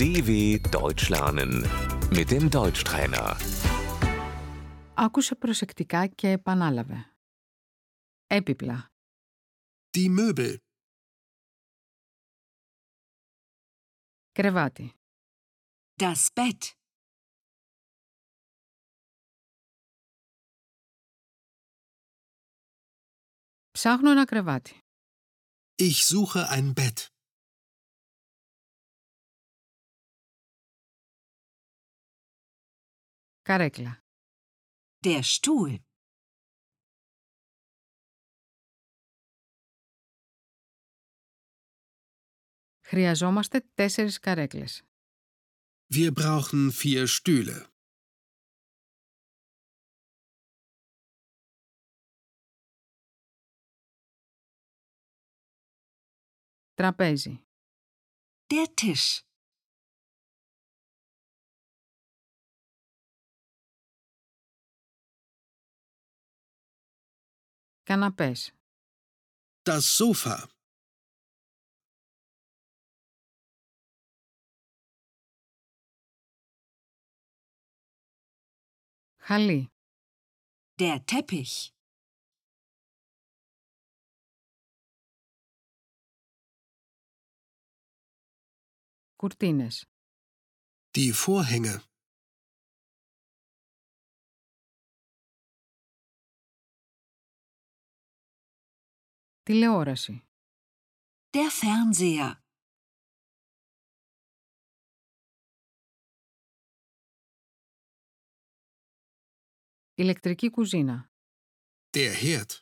DW Deutsch lernen mit dem Deutschtrainer. Άκουσε προσεκτικά και επανάλαβε. Έπιπλα. Die Möbel, Κρεβάτι. Das Bett. Ψάχνω ένα κρεβάτι. ich suche ein Bett. Καρέκλα. Der Stuhl. Χρειαζόμαστε τέσσερις καρέκλες. Wir brauchen vier Stühle. Τραπέζι. Der Tisch. Καναπές. Das Sofa, Χαλί. Der Teppich. Κουρτίνες. die Vorhänge, Τηλεόραση. Der Fernseher. Ηλεκτρική κουζίνα. der Herd,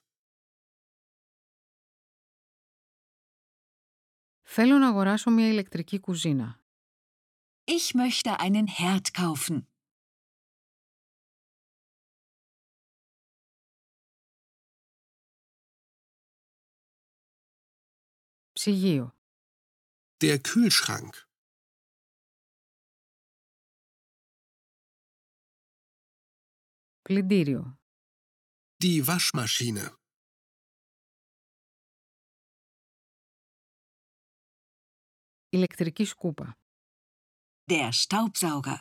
Θέλω να αγοράσω μια ηλεκτρική κουζίνα. Ich möchte einen Herd kaufen. Ψυγείο. der Kühlschrank, Πλυντήριο. die Waschmaschine, Ηλεκτρική σκούπα. Der Staubsauger.